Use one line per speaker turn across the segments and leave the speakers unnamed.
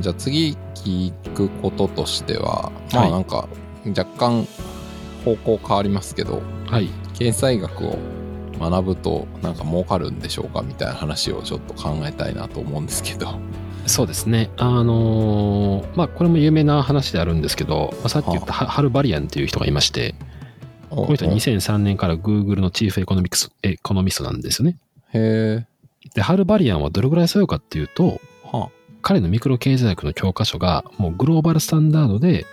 じゃあ次聞くこととしては、ま
は
あ
い
なんか若干方向変わりますけど、
はい。
経済学を学ぶとなんか儲かるんでしょうかみたいな話をちょっと考えたいなと思うんですけど。
そうですね。あのーまあ、これも有名な話であるんですけど、まあさっき言ったハハルバリアンという人がいまして、
こ
この人は2003年から Google のチーフエコノミクス、エコノミストなんですよね。
へえ。
で、ハルバリアンはどれぐらいそうかっていうと、
は
彼のミクロ経済学の教科書がもうグローバルスタンダードで、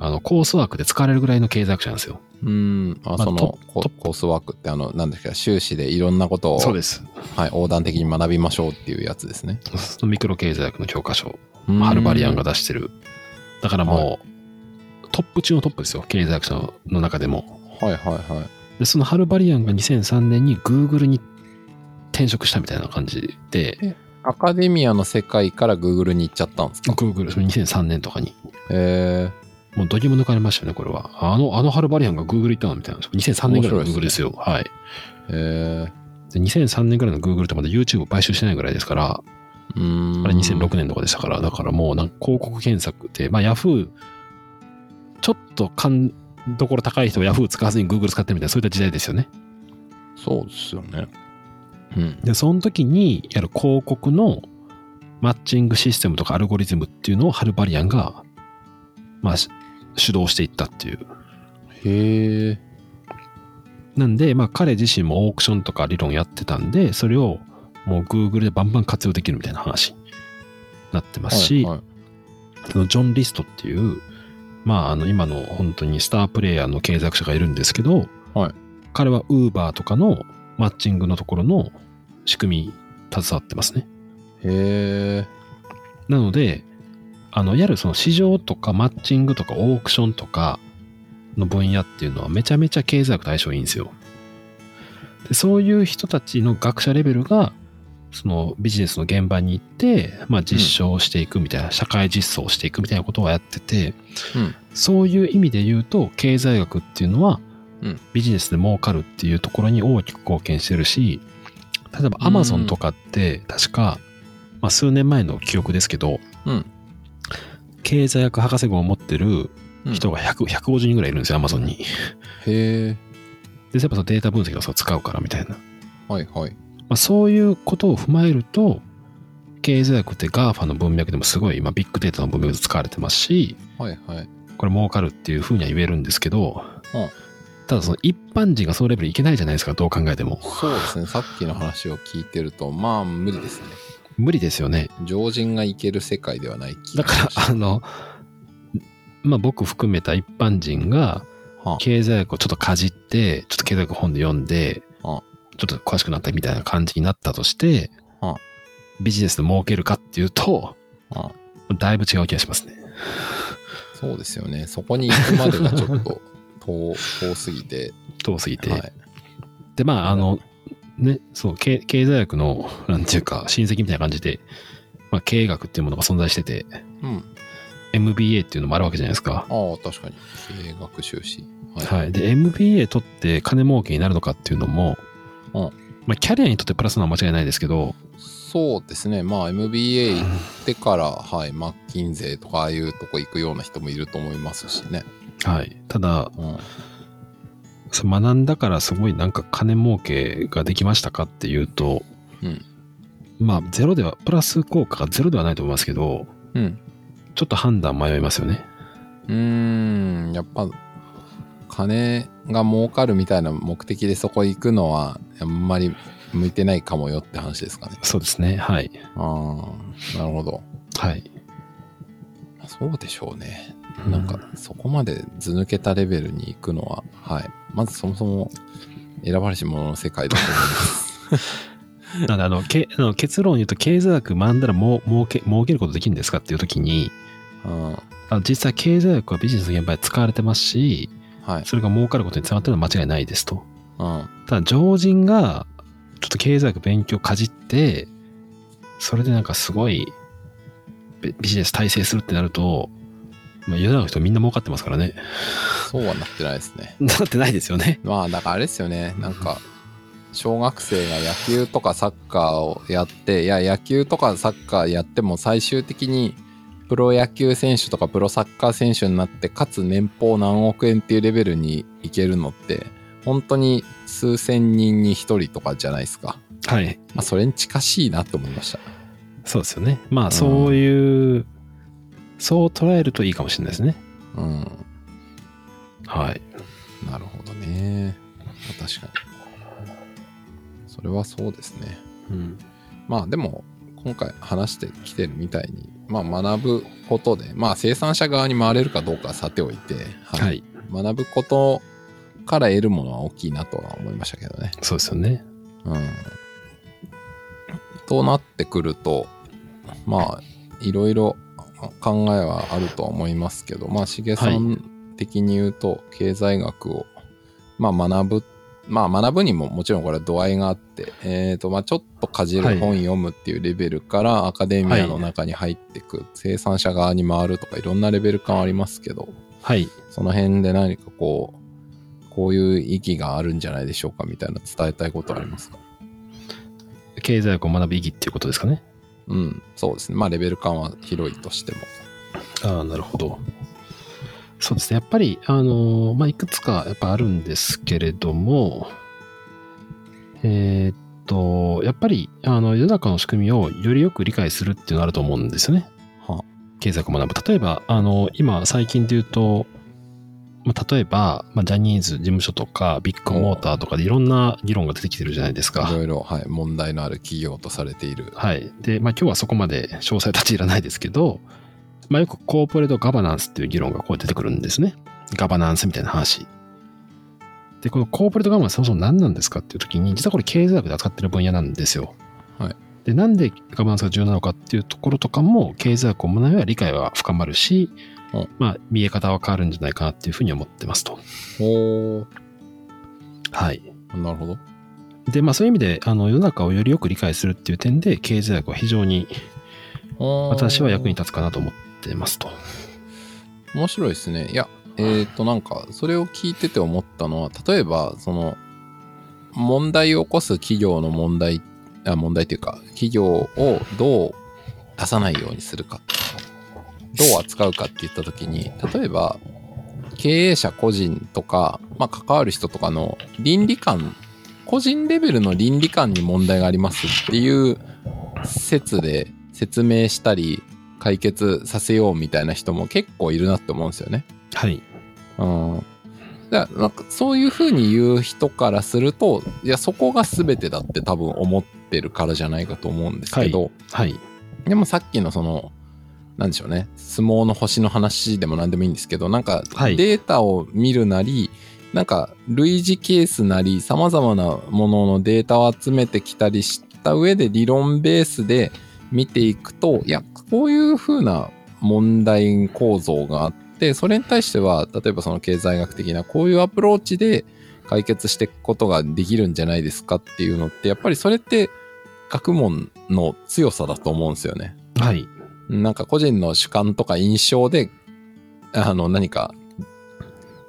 あの、コースワークで使われるぐらいの経済学者なんですよ。
あ、うん。あ、
まあ
その
ト
コ
ト
コースワークってあの、なんですか、修士でいろんなことを、
です。
はい、横断的に学びましょうっていうやつですね。
そのミクロ経済学の教科書、
うん
ハルバリアンが。出してる。だからもう、トップ中のトップですよ。経済学者のの中でも。
はいはいはい。
で、そのハルバリアンが2003年に Google に転職したみたいな感じで、
アカデミアの世界から Google に行っちゃったんですか
Google、その2003年とかに。
へえ。
もうどぎも抜かれましたよね、これは。あの、あのハルバリアンが Google 行ったのみたいな。2003年ぐらいの Google ですよ。はい。
へえ。
で2003年ぐらいの Google ってまだ YouTube を買収してないぐらいですから、
うーん。
あれ2006年とかでしたから、だからもうなんか広告検索って、まあ Yahoo、ちょっと勘どころ高い人は Yahoo 使わずに Google 使ってるみたいな、そういった時代ですよね。
そうですよね。うん。
で、その時にやる広告のマッチングシステムとかアルゴリズムっていうのをハルバリアンが、まあ、し主導していったっていう。
へえ。
なんで、まあ彼自身もオークションとか理論やってたんで、それをもう Google でバンバン活用できるみたいな話になってますし、
はいはい
そのジョン・リストっていう、まあ、あの今の本当にスタープレイヤーの経済学者がいるんですけど、
はい
彼はウーバーとかのマッチングのところの仕組み携わってますね。
へえ。
なので、あのいわゆるその市場とかマッチングとかオークションとかの分野っていうのはめちゃめちゃ経済学と相性いいんですよ。でそういう人たちの学者レベルがそのビジネスの現場に行って、まあ、実証していくみたいな、社会実装していくみたいなことをやってて、
うん。
そういう意味で言うと、経済学っていうのは
うん、
ビジネスで儲かるっていうところに大きく貢献してるし、例えば
うん
アマゾンとかって、確か、まあ、数年前の記憶ですけど、
うん
経済学博士号を持ってる
うん
人が100 150人ぐらいいるんですよ、アマゾンに。で、
へえ。
やっぱそのデータ分析をそう使うからみたいな。ま
はいはい。
あ、そういうことを踏まえると、経済学って GAFA の文脈でもすごい今ビッグデータの文脈で使われてますし、
はいはい。
これ儲かるっていうふうには言えるんですけど、
うん
ただその一般人がそのレベルいけないじゃないですかどう考えても
そうですね。さっきの話を聞いてると、まあ無理ですね。
無理ですよね
常人が行ける世界ではない気
だ
がし
か
ました
らあのまあ僕含めた一般人が
はあ
経済学をちょっとかじってちょっと経済学本で読んでち
うん
ょっと詳しくなったみたいな感じになったとして
うん
ビジネスで儲けるかっていうと
うん
だいぶ違う気がしますね
そうですよね。そこに行くまでがちょっと 遠遠すぎて。
遠すぎて、
はい。
でまああ
う
のねそう経経済学のなんていうか親戚みたいな感じで、まあ、経営学っていうものが存在してて
うん。
MBA っていうのもあるわけじゃないですか。
ああ、確かに。経営学修士。はい。
はい、で MBA 取って金儲けになるのかっていうのも、
うん
まあ、キャリアにとってプラスなのは間違いないですけど、
そうですね。まあ MBA 行ってから、はい、マッキンゼーとかああいうとこ行くような人もいると思いますしね。
はい、ただ
うん。
そう学んだからすごいなんか金儲けができましたかっていうと、
うん
まあゼロではプラス効果がゼロではないと思いますけど
うん。
ちょっと判断迷いますよね。
うーん、やっぱ、金が儲かるみたいな目的でそこ行くのは、あんまり向いてないかもよって話ですかね。
そうですねはい、
ああ、なるほど。
はい、
そうでしょうね。なん
う
か、そこまで図抜けたレベルに行くのは、はい。まずそもそも、選ばれし者の世界だと思います。
なんであのけあの結論を言うと経済学学んだらもう儲け儲けることできるんですかっていう時に
うん。
あの実際経済学はビジネスの現場で使われてますし
はい。
それが儲かることにつながってるのは間違いないですと
うん。
ただ常人がちょっと経済学勉強かじってそれでなんかすごいビビジネス体制するってなると、まあ、世の中の人みんな儲かってますからね
そうはなってないですね。
なってないですよね
まあ、だからあれですよね。なんか、小学生が野球とかサッカーをやっていや野球とかサッカーやっても最終的にプロ野球選手とかプロサッカー選手になってかつ年俸何億円っていうレベルにいけるのって本当に数千人に一人とかじゃないですか、
はい。
まあ、それに近しいなと思いました
そうですよね。ま
ん
あ、そういう、そう捉えるといいかもしれないですね。
うん
はい。
なるほどねまあ確かにそれはそうですね
うん。
まあでも今回話してきてるみたいに、まあ、学ぶことで、まあ、生産者側に回れるかどうかはさておいて、は
はい。
学ぶことから得るものは大きいなとは思いましたけどね。
そうですよね。
うん、となってくるとまあいろいろ考えはあるとは思いますけどまあ茂さん的に言うと経済学を、まあ学ぶまあ学ぶにももちろんこれは度合いがあって、えーとまあ、ちょっとかじる
はい
本読むっていうレベルからアカデミアの中に入ってく、生産者側に回るとかいろんなレベル感ありますけど、
はい。
その辺で何かこう、こういう意義があるんじゃないでしょうかみたいな伝えたいことありますか
経済学を学ぶ意義っていうことですかね。
うん、そうですね。まあ、レベル感は広いとしても。
ああ、なるほど。そうですね。やっぱり、あのーまあ、いくつかやっぱあるんですけれども、えーっと、やっぱり、あの、世の中の仕組みをよりよく理解するっていうのがあると思うんですよね。
は
経済学を学ぶ。例えば、あの、今、最近で言うと、まあ、例えば、まあ、ジャニーズ事務所とか、ビッグモーターとかでいろんな議論が出てきてるじゃないですか
い。ろいろ、はい、問題のある企業とされている。
はい。で、まあ今日はそこまで詳細立ち入らないですけど、まあよくコーポレートガバナンスっていう議論がこう出てくるんですね。ガバナンスみたいな話。で、このコーポレートガバナンスそもそも何なんですかっていう時に、実はこれ経済学で扱ってる分野なんですよ。
はい。
で、なんでガバナンスが重要なのかっていうところとかも、経済学を学べば理解は深まるし、
うん
まあ見え方は変わるんじゃないかなっていうふうに思ってますと。
ほ
はい。
ー、なるほど。
で、まあそういう意味で、あの世の中をよりよく理解するっていう点で、経済学は非常に
ほー
私は役に立つかなと思ってますと。
面白いですね。いや、えっ、と、なんか、それを聞いてて思ったのは、例えば、その、問題を起こす企業の問題、あ問題というか、企業をどう出さないようにするか、どう扱うかって言ったときに、例えば、経営者個人とか、まあ、関わる人とかの倫理観、個人レベルの倫理観に問題がありますっていう説で説明したり、解決させようみたいな人も結構いるなって思うんですよね。
はい。
うん。だからなんかそういうふうに言う人からすると、いや、そこが全てだって多分思ってるからじゃないかと思うんですけど、
はい。
でもさっきのその、なんでしょうね、相撲の星の話でも何でもいいんですけど、なんか
はい
データを見るなり、なんか類似ケースなり、様々なもののデータを集めてきたりした上で理論ベースで見ていくと、いや、こういう風な問題構造があって、それに対しては、例えばその経済学的なこういうアプローチで解決していくことができるんじゃないですかっていうのって、やっぱりそれって学問の強さだと思うんですよね。
はい。
なんか個人の主観とか印象で、あの、何か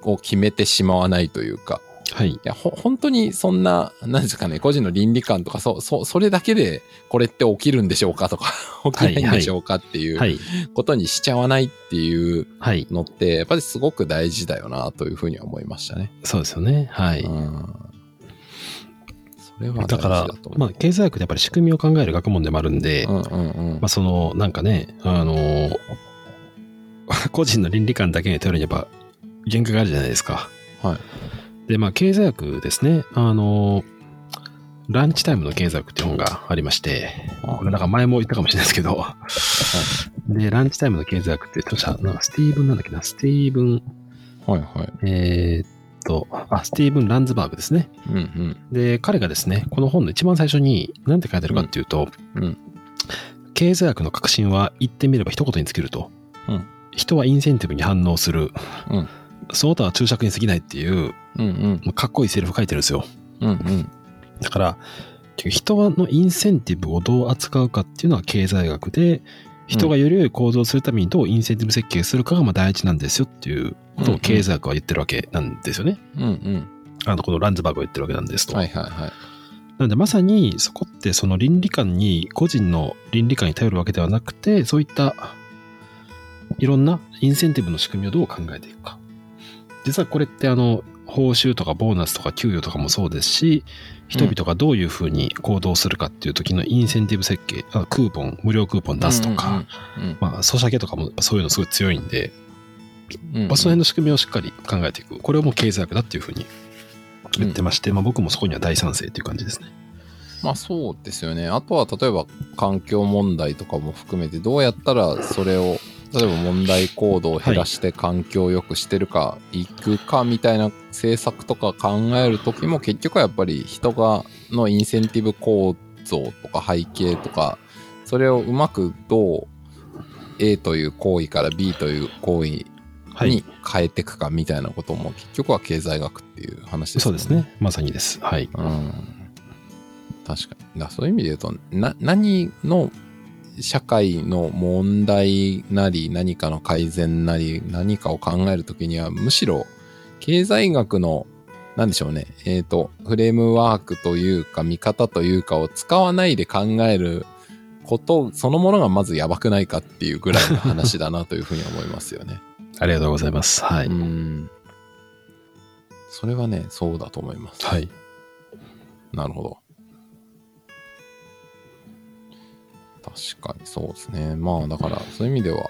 を決めてしまわないというか、
はい。
いや、ほ、本当にそんな、なんですかね、個人の倫理観とか、そう、そう、それだけで、これって起きるんでしょうかと か、起きないんでしょうかってい
は
う
い。
ことにしちゃわないっていう
はい。
のって、やっぱりすごく大事だよな、というふうには思いましたね。
そうですよね。はい。
うん。それは大事
だか
だ
ら
と、思
ま
う。
あ、経済学でやっぱり仕組みを考える学問でもあるんで、
うんうんうん
まあ、。その、なんかね、あの ー個人の倫理観だけに頼るにやっぱ限界があるじゃないですか。
はい。
で、まあ、経済学ですね。あのーランチタイムの経済学っていう本がありまして、これなんか前も言ったかもしれないですけど、で、ランチタイムの経済学って著者、なんかスティーブンなんだっけな、スティーブン、
はいはい。
えーっと、あ、スティーブン・ランズバーグですね。
うんうん。
で、彼がですね、この本の一番最初に何て書いてあるかっていうと、
うんうん
経済学の革新は言ってみれば一言に尽きると。
うん
人はインセンティブに反応する。
うん
その他は注釈に過ぎないっていう、
うんうん。
もうかっこいいセリフ書いてるんですよ。
うんうん。
だから、人のインセンティブをどう扱うかっていうのは経済学で、人がより良い構造をするためにどうインセンティブ設計するかがまあ大事なんですよっていうことを経済学は言ってるわけなんですよね。
うんうん。
あの、このランズバーグは言ってるわけなんですと。
はいはいはい。
なのでまさにそこってその倫理観に個人の倫理観に頼るわけではなくてそういったいろんなインセンティブの仕組みをどう考えていくか実はこれってあの報酬とかボーナスとか給与とかもそうですし人々がどういうふうに行動するかっていう時のインセンティブ設計あクーポン無料クーポン出すとか、
うんうん
まあ、ソシャゲとかもそういうのすごい強いんで、
うんうん
まあ、その辺の仕組みをしっかり考えていくこれをもう経済学だっていうふうに言ってまして、まあ、僕もそこには大賛成っていう感じですね。
まあそうですよね。あとは例えば環境問題とかも含めてどうやったらそれを例えば問題行動を減らして環境を良くしてるか、い、くかみたいな政策とか考える時も結局はやっぱり人がのインセンティブ構造とか背景とかそれをうまくどう A という行為から B という行為
はい
に変えていくかみたいなことも結局は経済学っていう話です
そ
よ
うですね。まさにです。はい。
うん確かにだそういう意味で言うとな何の社会の問題なり何かの改善なり何かを考えるときにはむしろ経済学の何でしょうねえっ、とフレームワークというか見方というかを使わないで考えることそのものがまずやばくないかっていうぐらいの話だなというふうに思いますよね。
ありがとうございます。 はい。
うんそれはねそうだと思います。
はい。
なるほど。確かにそうですね。まあだからそういう意味では、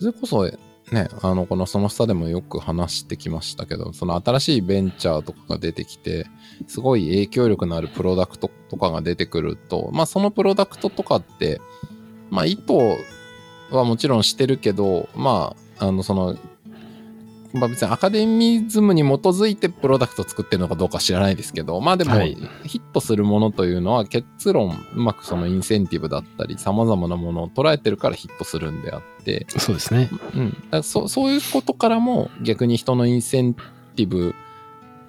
それこそね、あのこのその下でもよく話してきましたけど、その新しいベンチャーとかが出てきて、すごい影響力のあるプロダクトとかが出てくると、まあそのプロダクトとかって、まあ意図はもちろんしてるけど、まあ、あのその、まあ別にアカデミズムに基づいてプロダクト作ってるのかどうか知らないですけど、まあでも
はい
ヒットするものというのは結論、うまくそのインセンティブだったり、様々なものを捉えてるからヒットするんであって、
そうですね。
うん、だからそそういうことからも逆に人のインセンティブ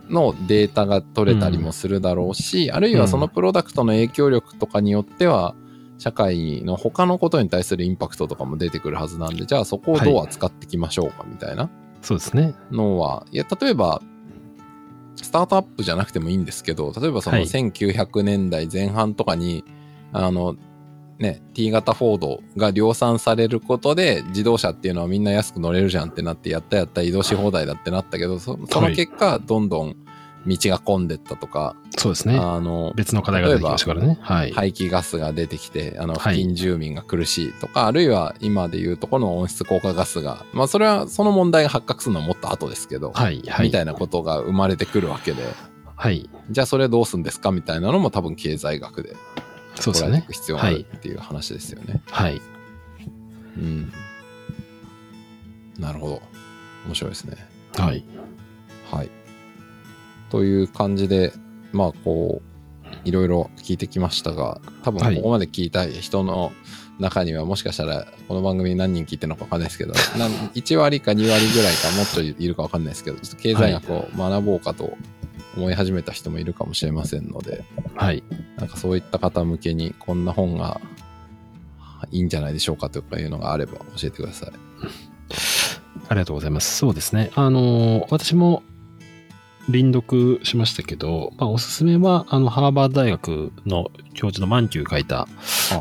のデータが取れたりもするだろうし、あるいはそのプロダクトの影響力とかによっては社会の他のことに対するインパクトとかも出てくるはずなんでじゃあそこをどう扱っていきましょうかみたいな
そうですね。
のは、い、や例えばスタートアップじゃなくてもいいんですけど例えばその
はい
1900年代前半とかに、あのね T 型フォードが量産されることで自動車っていうのはみんな安く乗れるじゃんってなってやったやった移動し放題だってなったけどそその結果どんどん道が混んでったとか、
そうですね。
あの
別の課題が出てきましたからね。はい。
排気ガスが出てきてあの
は
付
い
近住民が苦しいとか、あるいは今でいうとこの温室効果ガスがまあそれはその問題が発覚するのはもっと後ですけど、
はい。は
みた
い。
いなことが生まれてくるわけで、
はい。
じゃあそれどうすんですかみたいなのも多分経済学で
そうです
捉えて
よ
い
ね
く。必要があるっていう話ですよね。
はい。
うん。なるほど。面白いですね。
はい。
はい。という感じで、まあこう、いろいろ聞いてきましたが、多
は
分
い
ここまで聞いた人の中には、もしかしたらこの番組何人聞いてるのかわかんないですけど、なん1割 か2割ぐらいかもっといるかわかんないですけど、ちょっと経済学を学ぼうかと思い始めた人もいるかもしれませんので、
はい。
なんかそういった方向けにこんな本がいいんじゃないでしょうかとかいうのがあれば教えてください。
ありがとうございます。そうですね。あの、私も、臨読しましたけど、まあ、おすすめは、あの、ハーバード大学の教授のマンキューが書いた
あ、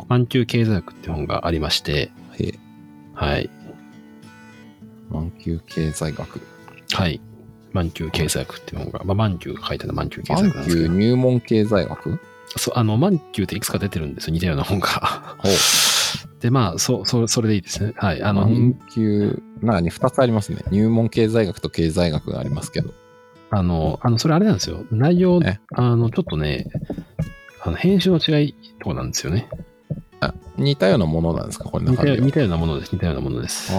マンキュー経済学って本がありまして、
へえ
はい。
満級経済学。
はい。マンキュー経済学っていう本が、まあ、マンキューが書いたのはマンキュー経済
満
学なんですけ
級
ど、
入門経済学
そう、あの、マンキューっていくつか出てるんですよ。似たような本が。
ほう。
で、まあ、そう、そう、それでいいですね。はい。あの、
満級、なに2つありますね。入門経済学と経済学がありますけど。
あの、あの、それあれなんですよ。内容
え、
あの、ちょっとね、あの、編集の違いとかなんですよね。
あ似たようなものなんですかこれ
似
中
た
身は
似たようなものです。似たようなものです。
ああ。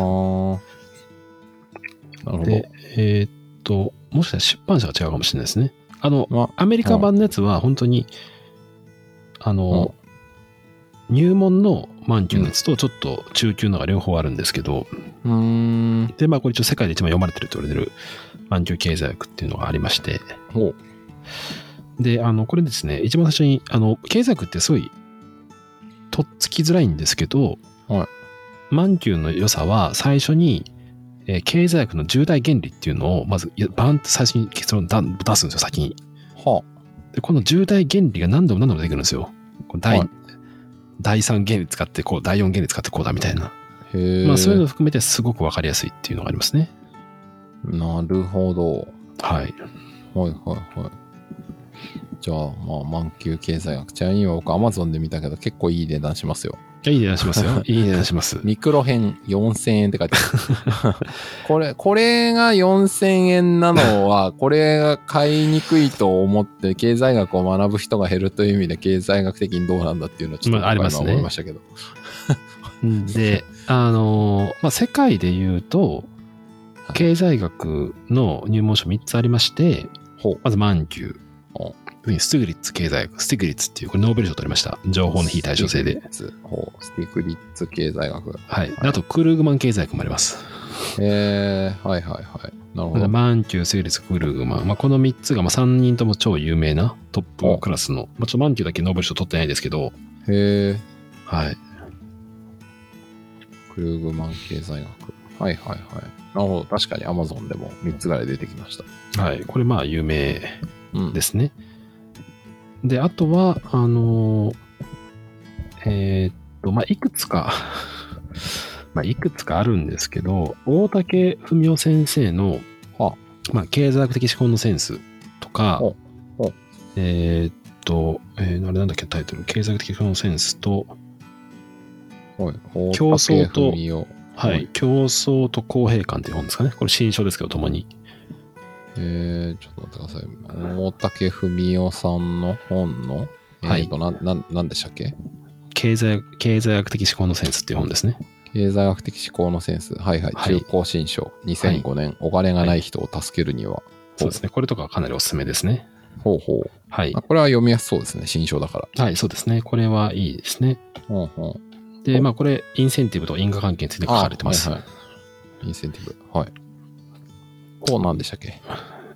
なるほど
で。、えーっと、もしかしたら出版社が違うかもしれないですね。あの、
ま
アメリカ版のやつは本当に、あの、入門の満級のやつとちょっと中級のが両方あるんですけど、
うーん。
で、まあこれ一応世界で一番読まれてると言われてる満級経済学っていうのがありまして、
ほう。
で、あの、これですね、一番最初に、あの、経済学ってすごい、とっつきづらいんですけど、
はい
満級の良さは最初に、えー経済学の重大原理っていうのを、まず、いやバーンと最初に結論だ出すんですよ、先に。
は
で、この重大原理が何度も何度も出てくるんですよ。こう第、
はい
第3原理使ってこう、第4原理使ってこうだみたいな。
へえ。
まあそういうの含めてすごくわかりやすいっていうのがありますね。
なるほど。
はい。
はいはいはい。じゃあ、まあ、満級経済学。ちなみに僕、アマゾンで見たけど、結構いい値段しますよ。
いやいい値段しますよ。いい値段します。
ミクロ編4000円って書いてあ る。これ、これが4000円なの は、これが買いにくいと思って、経済学を学ぶ人が減るという意味で、経済学的にどうなんだっていうのをちょっと
まあありますね
今思いましたけど。
で、あのーまあ、世界で言うと、
はい
経済学の入門書3つありまして、
ほう。
まずマンキュ
お
ー、次にスティグリッツ経済学、スティグリッツっていう、これノーベル賞取りました。情報の非対称性で。。
ほう。スティクリッツ経済学。
はい。であと、クルーグマン経済学もあります。
えー、はいはいはい。なるほど。
マンキュー、スティグリッツ、クルーグマン。まあ、この3つが、まあ、3人とも超有名なトップクラスの、まあ、ちょっとマンキューだけノーベル賞取ってないですけど、
へえ。
はい。
クルーグマン経済学。はいはいはい。なるほど。確かに Amazon でも3つぐらい出てきました。
はい。これ、まあ、有名
うん。。
ですすね。で、あとは、あのーえーっと、まあ、いくつか、 まあ、いくつかあるんですけど、大竹文夫先生の、
は
まあ、経済学的思考のセンスとか
ほうほう、
えーっと、えーあれなんだっけタイトル、経済学的思考のセンスと、
はい。競
競争と
へ
はい、競争と公平感っていう本ですかね。これ新書ですけど、共に。
えー、ちょっと待ってください。大竹文夫さんの本の、
はい
えーと、なん、なん、なんでしたっけ
経済、経済学的思考のセンスっていう本ですね。
経済学的思考のセンス。はいはい。
はい
中高新書。2005年、お金がない人を助けるには。
そうですね。これとかはかなりおすすめですね。
ほうほう。
はい
あ。これは読みやすそうですね。新書だから。
はい、そうですね。これはいいですね。
ほうほう。
で、まあ、これ、インセンティブと因果関係について書かれてます。
あはいはい。インセンティブ。はい。こうなんでしたっけ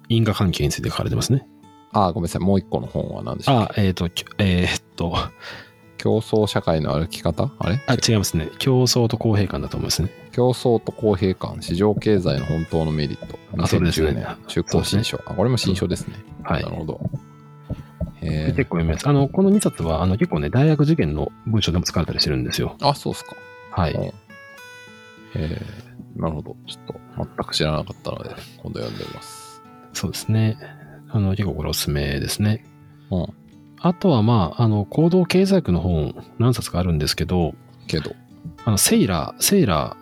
因果関係について書かれてますね。
あー、ごめんなさい。もう一個の本は何でしたっけ
あ、えっ、と、きえーっと、あ、
競争社会の歩き方あれ
違いますね。競争と公平感だと思いますね。
競争と公平感、市場経済の本当のメリット。
あそれですね
2010年、中高新書。あ、これも新書ですね。
はい
な。るほど。え
で結構読みます。あの、この2冊は、あの、結構ね、大学受験の文章でも使われたりしてるんですよ。
ー、あ、そうっすか。
は
うん
い。
えー、なるほど。ちょっと全く知らなかったので、今度読んでみます。
そうですね。あの、結構これおすすめですね。
うん。
あとは、まあ、あの、行動経済学の本、何冊かあるんですけど、
けど。
あの、セイラー、セイラ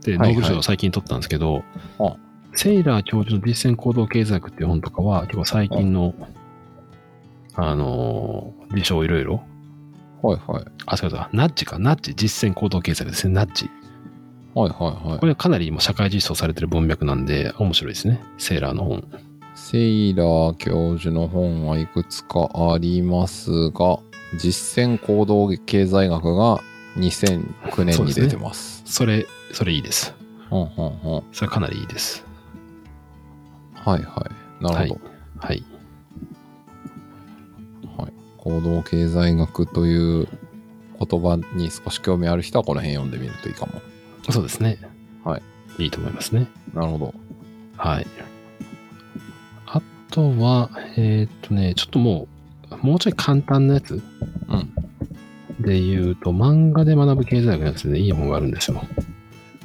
ーでノーベル賞を最近取ったんですけど、
あ
セイラー教授の実践行動経済学っていう本とかは、結構最近の、あのー、事象をいろいろ、
はいはい。
あ、そうだ、ナッジか、ナッジ、実践行動経済学ですね、ナッジ。
はいはいはい
こ。れはかなりもう社会実装されてる文脈なんで、面白いですね、セイラーの本。
セイラー教授の本はいくつかありますが、実践行動経済学が2009年に出てます。
それ、それいいです。
うんうんうん。
それかなりいいです。
はいはい。なるほど。
はい。
はい、行動経済学という言葉に少し興味ある人はこの辺読んでみるといいかも。
そうですね。
はい。
いいと思いますね。
なるほど。
はい。あとは、えーっとね、ちょっともう、もうちょい簡単なやつ
うん。
で言うと、漫画で学ぶ経済学のやつで、いい本があるんですよ。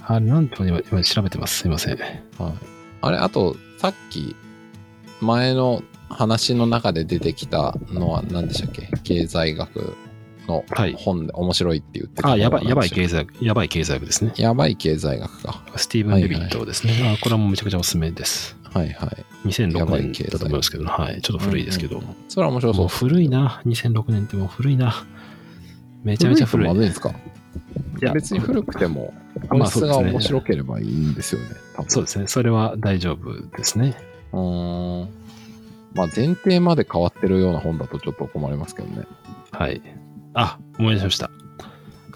あれ、なんと今、今調べてます。すいません。
はい、あれ、あと、さっき、前の話の中で出てきたのは何でしたっけ経済学の
はい。
本で面白いって言ってたの
あ、
は
やばい、やばい
何で
経済学、やばい経済学です
し
ね。
たっけやばい経済学か。
スティーブン・デビットですね。あこれはもうめちゃくちゃおすすめです。
はいはい。やば
2006
い
年
経済
だと思いますけど、はい。ちょっと古いですけど。
うんうんうん。それは面白そ
も
う
う。古いな。2006年ってもう古いな。めちゃめちゃ古い。
とまずいんですか
いや
別に古くても、
ま
本
あ
質
そうで
が
すね
面白ければいいんですよね。多分
そうですね。それは大丈夫ですね。
うーん。まあ、前提まで変わってるような本だとちょっと困りますけどね。
はい。あ、思い出しました。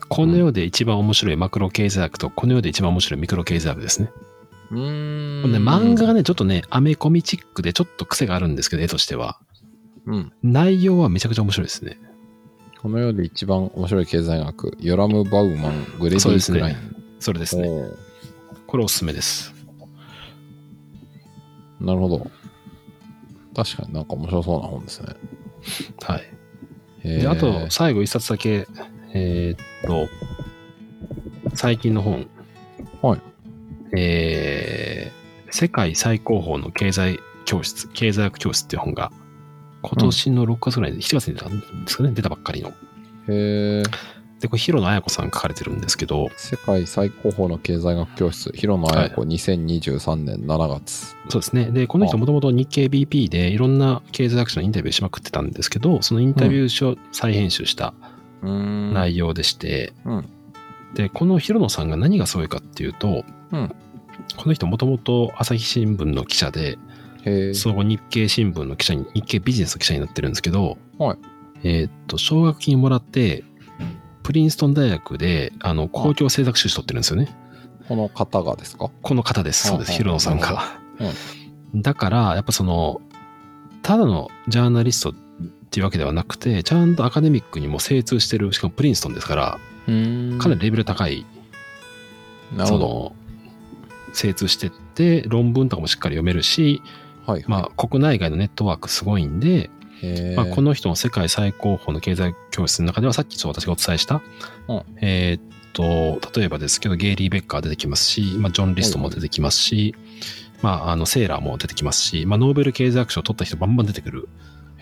この世で一番面白いマクロ経済学と、この世で一番面白いミクロ経済学ですね。
うーん。
ね漫画がね、ちょっとね、アメコミチックでちょっと癖があるんですけど、絵としては。
うん。
内容はめちゃくちゃ面白いですね。
この世で一番面白い経済学、ヨラム・バウマン、グレデ
そうで
ィ・
す
ク
ね
ライン。
それですね。
おー
これおすすめです。
なるほど。確かになんか面白そうな本ですね。
はい。
へ
で、
ー
あと、最後一冊だけ、えーっと、最近の本。
はい。
えー世界最高峰の経済教室、経済学教室っていう本が、今年の6月ぐらいで、7月に出たんですかね、出たばっかりの。
へー
で、これ、広野綾子さん書かれてるんですけど、
世界最高峰の経済学教室、広野綾子2023年7月。
そうですね。で、この人もともと日経 BP でいろんな経済学者のインタビューしまくってたんですけど、そのインタビュー書を再編集した
うーん。い。
内容でして、
うん
でこの広野さんが何がすごいかっていうと、
うん
この人もともと朝日新聞の記者で
へえ。
総合日経新聞の記者に日経ビジネスの記者になってるんですけど、
はい
えーっと奨学金もらってプリンストン大学であの公共政策修士取ってるんですよね。
この方がですか
この方です。そうです。
はい
広野さんが。だから、やっぱその、ただのジャーナリストっていうわけではなくて、ちゃんとアカデミックにも精通してる、しかもプリンストンですから、
うーん
かなりレベル高い、
なる
そ
ほど。
の、精通してって、論文とかもしっかり読めるし、
はい。
まあ、国内外のネットワークすごいんで、
へー
まあ、この人の世界最高峰の経済教室の中では、さっきちょっと私がお伝えした、
うん
えーっと、例えばですけど、ゲイリー・ベッカー出てきますし、まあ、ジョン・リストも出てきますし、まあ、あの、セーラーも出てきますし、まあ、ノーベル経済学賞を取った人バンバン出てくる。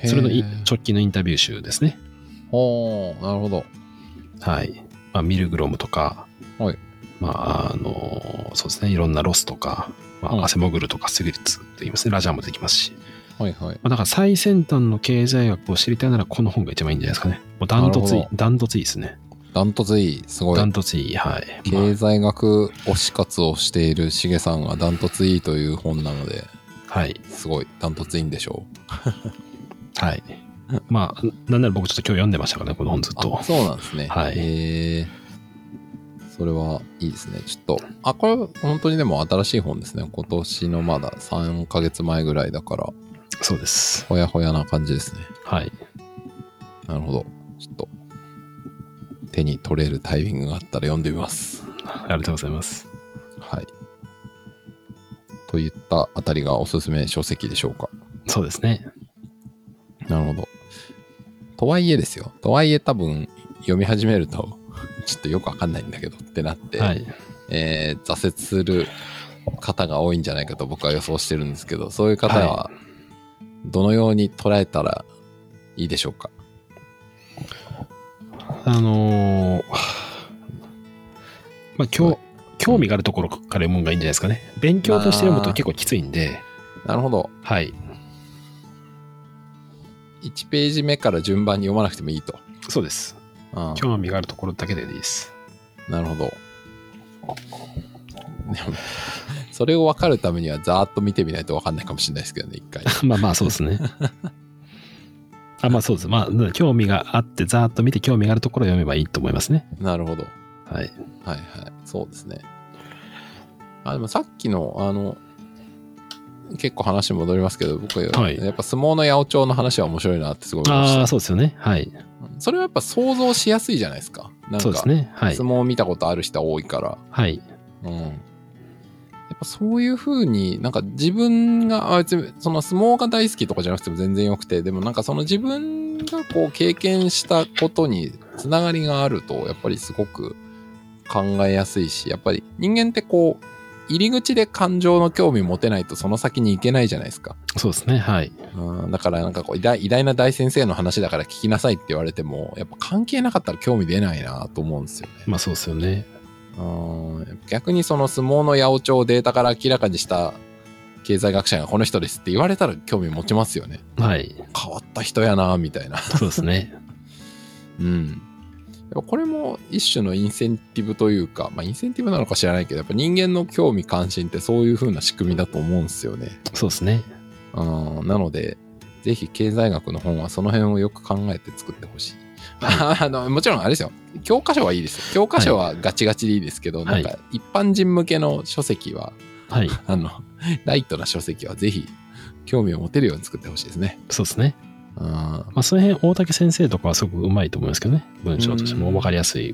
それのい
へー
直近のインタビュー集ですね。
ほーなるほど。
はい。まあ、ミルグロムとか、
はい
まあ、あの、そうですね、いろんなロスとか、ま
うん
あ、アセモグルとかスグリッツと言いますね、ラジャーも出てきますし、
はいはい。
まあ、だから最先端の経済学を知りたいならこの本が一番いいんじゃないですかね。もうダントツい
ないる、
ダントツいいですね。
ダントツいい、すごい
ダ。ントツいい、はい。ま
経済学推し活をしているしげさんがダントツいいという本なので、
あはい。
すごい、ダントツいいんでしょう。
はい。まあ、なんなら僕ちょっと今日読んでましたからね、この本ずっと
あ、。そうなんですね。
はい
へーそれはいいですね。ちょっと、あ、これ本当にでも新しい本ですね。今年のまだ3ヶ月前ぐらいだから、
そうです。
ほやほやな感じですね。
はい。
なるほど。ちょっと、手に取れるタイミングがあったら読んでみます。
ありがとうございます。
はい。といったあたりがおすすめ書籍でしょうか。
そうですね。
なるほど。とはいえですよ。とはいえ多分読み始めると、 ちょっとよくわかんないんだけどってなって、
はい。
えー挫折する方が多いんじゃないかと僕は予想してるんですけど、そういう方はどのように捉えたらいいでしょうか。
あのー まあ、今日、興味があるところから読むのがいいんじゃないですかね。勉強として読むと結構きついんで、
なるほど。
はい。
1ページ目から順番に読まなくてもいいと。
そうです。
うん
興味があるところだけでいいです。
なるほど。でも、それを分かるためには、ざーっと見てみないと分かんないかもしれないですけどね、一 回。
まあまあそうですね。あまあそうです。まあ、興味があって、ざーっと見て興味があるところを読めばいいと思いますね。
なるほど。
はい。
はいはい。そうですね。あ、でもさっきの、あの、結構話戻りますけど、僕は、
はい
やっぱ相撲の八百長の話は面白いなってすごい思いまし
あ
た。
あ、そうですよね。はい。
それはやっぱ想像しやすいじゃないですか。なん
そう
か、
ですね。はい
相。撲見たことある人は多いから。
はい。
うん。やっぱそういう風に、なんか自分が、あ別にその相撲が大好きとかじゃなくても全然よくて、でもなんかその自分がこう経験したことにつながりがあると、やっぱりすごく考えやすいし、やっぱり人間ってこう、入り口で感情の興味持てないとその先に行けないじゃないですか。
そうですね。はい。
うん、だからなんかこう偉大、偉大な大先生の話だから聞きなさいって言われても、やっぱ関係なかったら興味出ないなと思うんですよね。
まあそうですよね。
うん逆にその相撲の八百長をデータから明らかにした経済学者がこの人ですって言われたら興味持ちますよね。
はい。
変わった人やなみたいな。
そうですね。
うん。やっぱこれも一種のインセンティブというか、まあインセンティブなのか知らないけど、やっぱ人間の興味関心ってそういう風な仕組みだと思うんですよね。
そうですね。
うん。なので、ぜひ経済学の本はその辺をよく考えて作ってほしい。 あのもちろんあれですよ。教科書はいいですよ。教科書はガチガチでいいですけど、
はい
なんか一般人向けの書籍は
はい。
あの、ライトな書籍はぜひ興味を持てるように作ってほしいですね。
そうですね。
あ
まあその辺、大竹先生とかはすごくうまいと思いますけどね。文章として
う
も
ん
分かりやすい。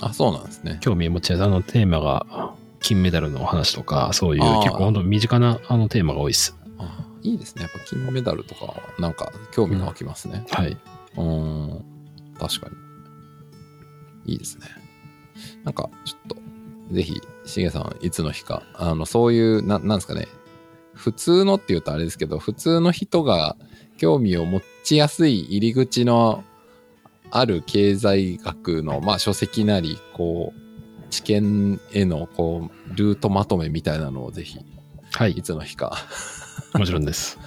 あ、そうなんですね。
興味持ちやすい。あのテーマが、金メダルのお話とか、そういう
あー
結構本当身近なあのテーマが多いです。
あいいですね。やっぱ金メダルとかは、なんか興味が湧きますね。
はい。
うーん、確かに。いいですね。なんか、ちょっと、ぜひ、しげさん、いつの日か、あの、そういう、ななんですかね、普通のって言うとあれですけど、普通の人が興味を持ちやすい入り口のある経済学の、まあ、書籍なり、こう、知見への、こう、ルートまとめみたいなのをぜひ、
はい
い。つの日か、
もちろんです。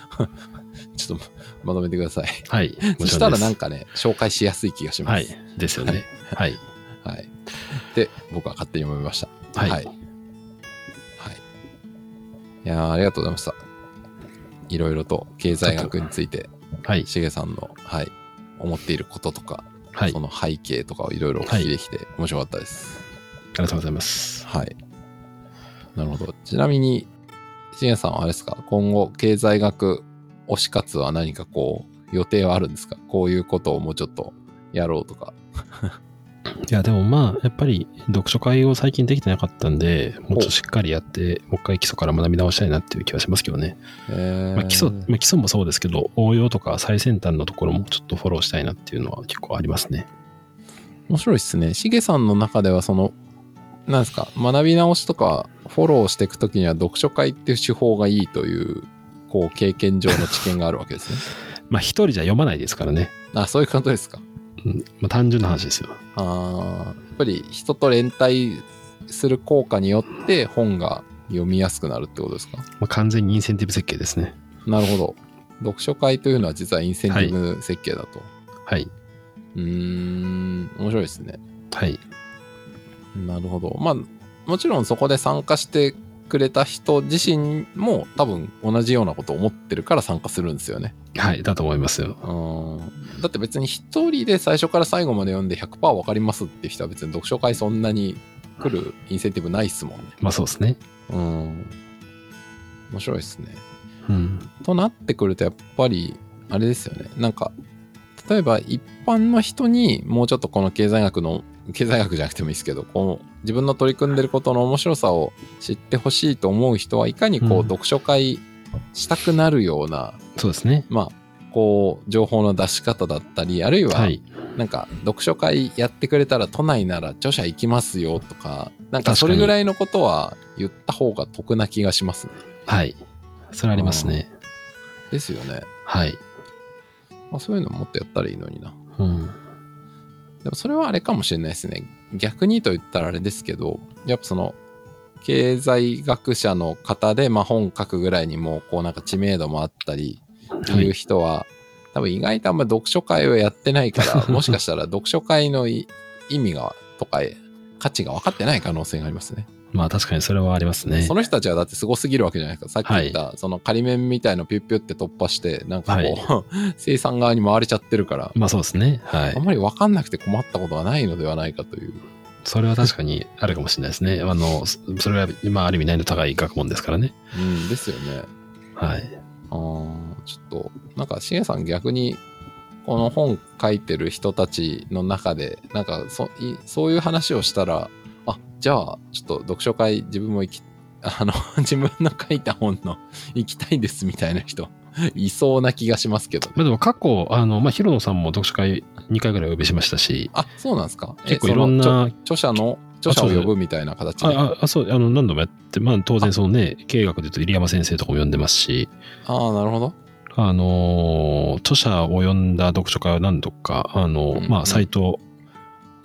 ちょっとまとめてください。
はい。
そしたらなんか
か。
ね、紹介しやすい気がします。
はい。ですよね。はい。
はい。で、僕は勝手に思いました。
はい。
はい。はいいやーありがとうございました。いろいろと経済学について、
はい。
しげさんの、はい、思っていることとか、
はい。
その背景とかをいろいろお聞きできて面白かったです。
ありがとうございます。
はい。なるほど。ちなみに、しげさんはあれですか、今後、経済学推し活は何かこう、予定はあるんですかこういうことをもうちょっとやろうとか。
いや、でもまあ、やっぱり読書会を最近できてなかったんで、もうちょっとしっかりやって、もう一回基礎から学び直したいなっていう気はしますけどね。
えー
まあ、基礎、まあ、基礎もそうですけど、応用とか最先端のところもちょっとフォローしたいなっていうのは結構ありますね。
面白いですね。しげさんの中ではその、なんですか、学び直しとかフォローしていくときには読書会っていう手法がいいという、こう、経験上の知見があるわけですね。
まあ、一人じゃ読まないですからね。
あ、そういうことですか。
うん。まあ、単純な話ですよ。
あーやっぱり人と連帯する効果によって本が読みやすくなるってことですか
まあ、完全にインセンティブ設計ですね。
なるほど。読書会というのは実はインセンティブ設計だと。
はい。
うーん、面白いですね。
はい。
なるほど。まあ、もちろんそこで参加してくれた人自身も多分同じようなことを思ってるから参加するんですよね。
はい。だと思いますよ。
うん。だって別に一人で最初から最後まで読んで100%わかりますって人は別に読書会そんなに来るインセンティブないっすもんね。
まあ、そうですね。
うん。面白いですね。
うん。
となってくるとやっぱりあれですよねなんか例えば一般の人にもうちょっとこの経済学の経済学じゃなくてもいいですけどこう自分の取り組んでることの面白さを知ってほしいと思う人はいかにこう、
うん
読書会したくなるような
そうですね。
まあこう情報の出し方だったりあるいは
はい。
なんか読書会やってくれたら都内なら著者行きますよとかなんかそれ
確かに
ぐらいのことは言った方が得な気がしますね。
はい。それありますね。
ですよね。
はい。
まあ、そういうのもっとやったらいいのにな。
うん。
でもそれはあれかもしれないですね。逆にと言ったらあれですけど、やっぱその、経済学者の方で、まあ、本書くぐらいにもう、こうなんか知名度もあったりって
はい
いう人は、多分意外とあんま読書会をやってない から、もしかしたら読書会のい意味が、とか、価値が分かってない可能性がありますね。
まあ確かにそれはありますね
そ。の人たちはだってすごすぎるわけじゃないですか。さっき言った、その仮面みたいのピュッピュって突破して、なんかこう、 生産側に回れちゃってるから、
まあそうですね。は
あん
い。
まり分かんなくて困ったことがないのではないかという。
それは確かにあるかもしれないですね。あの、そそれは、まあある意味難易度高い学問ですからね。
うん、ですよね。
はい。
あーちょっと、なんか、しげさん逆に、この本書いてる人たちの中で、なんかそ、いそういう話をしたら、あ、じゃあ、ちょっと読書会自分も行き、 あの、自分の書いた本の行きたいですみたいな人、いそうな気がしますけどね。
まあでも過去、あの、まあヒロノさんも読書会2回ぐらいお呼びしましたし、
あ、そうなんですかえ
結構いろん
その
な、
著著者の、著者を呼ぶみたいな形
あ
で。あ
ああ、そう、あの、何度もやって、まあ当然そのね、経営学で言うと入山先生とかも呼んでますし、
あー、なるほど。
あのー、著者を呼んだ読書会は何度か、あのー、
うんうん
まあ、斎藤、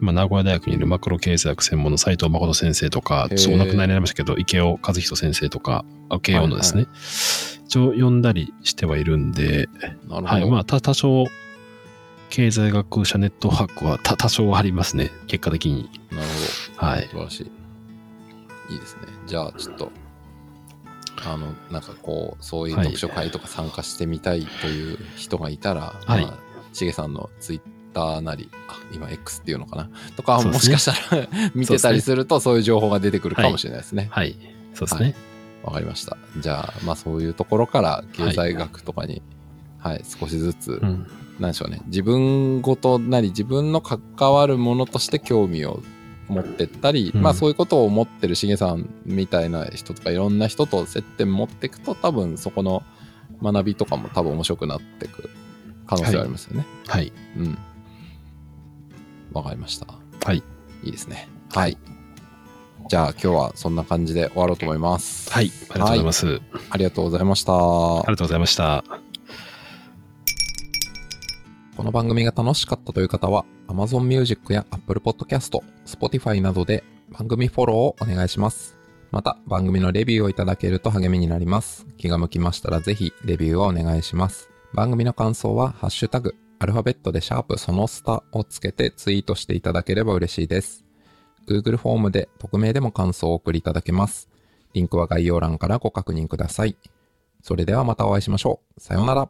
今、名古屋大学にいるマクロ経済学専門の斎藤誠先生とか
へ、ー
ちょっとお亡くなりになりましたけど、池尾和人先生とか、あ慶応のですね、
は
一応呼んだりしてはいるんで、
なるほど。
はい、まあ、た、多少、経済学者ネットワークは、た、多少ありますね、結果的に。
なるほど。
はい。
素晴らしい。いいですね。じゃあ、ちょっと、あの、なんかこう、そういう
はい
読書会とか参加してみたいという人がいたら、
はい
まあしげさんのツイッターなり、あ、今 X っていうのかなとか、
そうで
も
す
し
ね
かしたら 見てたりすると、そういう情報が出てくるかもしれないですね。
はい。そうですね。
わ、かりました。じゃあ、まあそういうところから、経済学とかに、はい、少しずつ、
うん。
なんでしょうね、自分ごとなり自分の関わるものとして興味を持ってったり、
うん
まあそういうことを思ってるしげさんみたいな人とかいろんな人と接点持っていくと多分そこの学びとかも多分面白くなってく可能性はありますよね。
はい。
うん。わかりました。
はい。
いいですね。はい。じゃあ今日はそんな感じで終わろうと思います。
はい。ありがとうございます。あ
ありがとうございました。
りがとうございました。
この番組が楽しかったという方は Amazon Music や Apple Podcast、Spotify などで番組フォローをお願いします。また番組のレビューをいただけると励みになります。気が向きましたらぜひレビューをお願いします。番組の感想はハッシュタグ、アルファベットでシャープそのスタをつけてツイートしていただければ嬉しいです。Google フォームで匿名でも感想をお送りいただけます。リンクは概要欄からご確認ください。それではまたお会いしましょう。さようなら。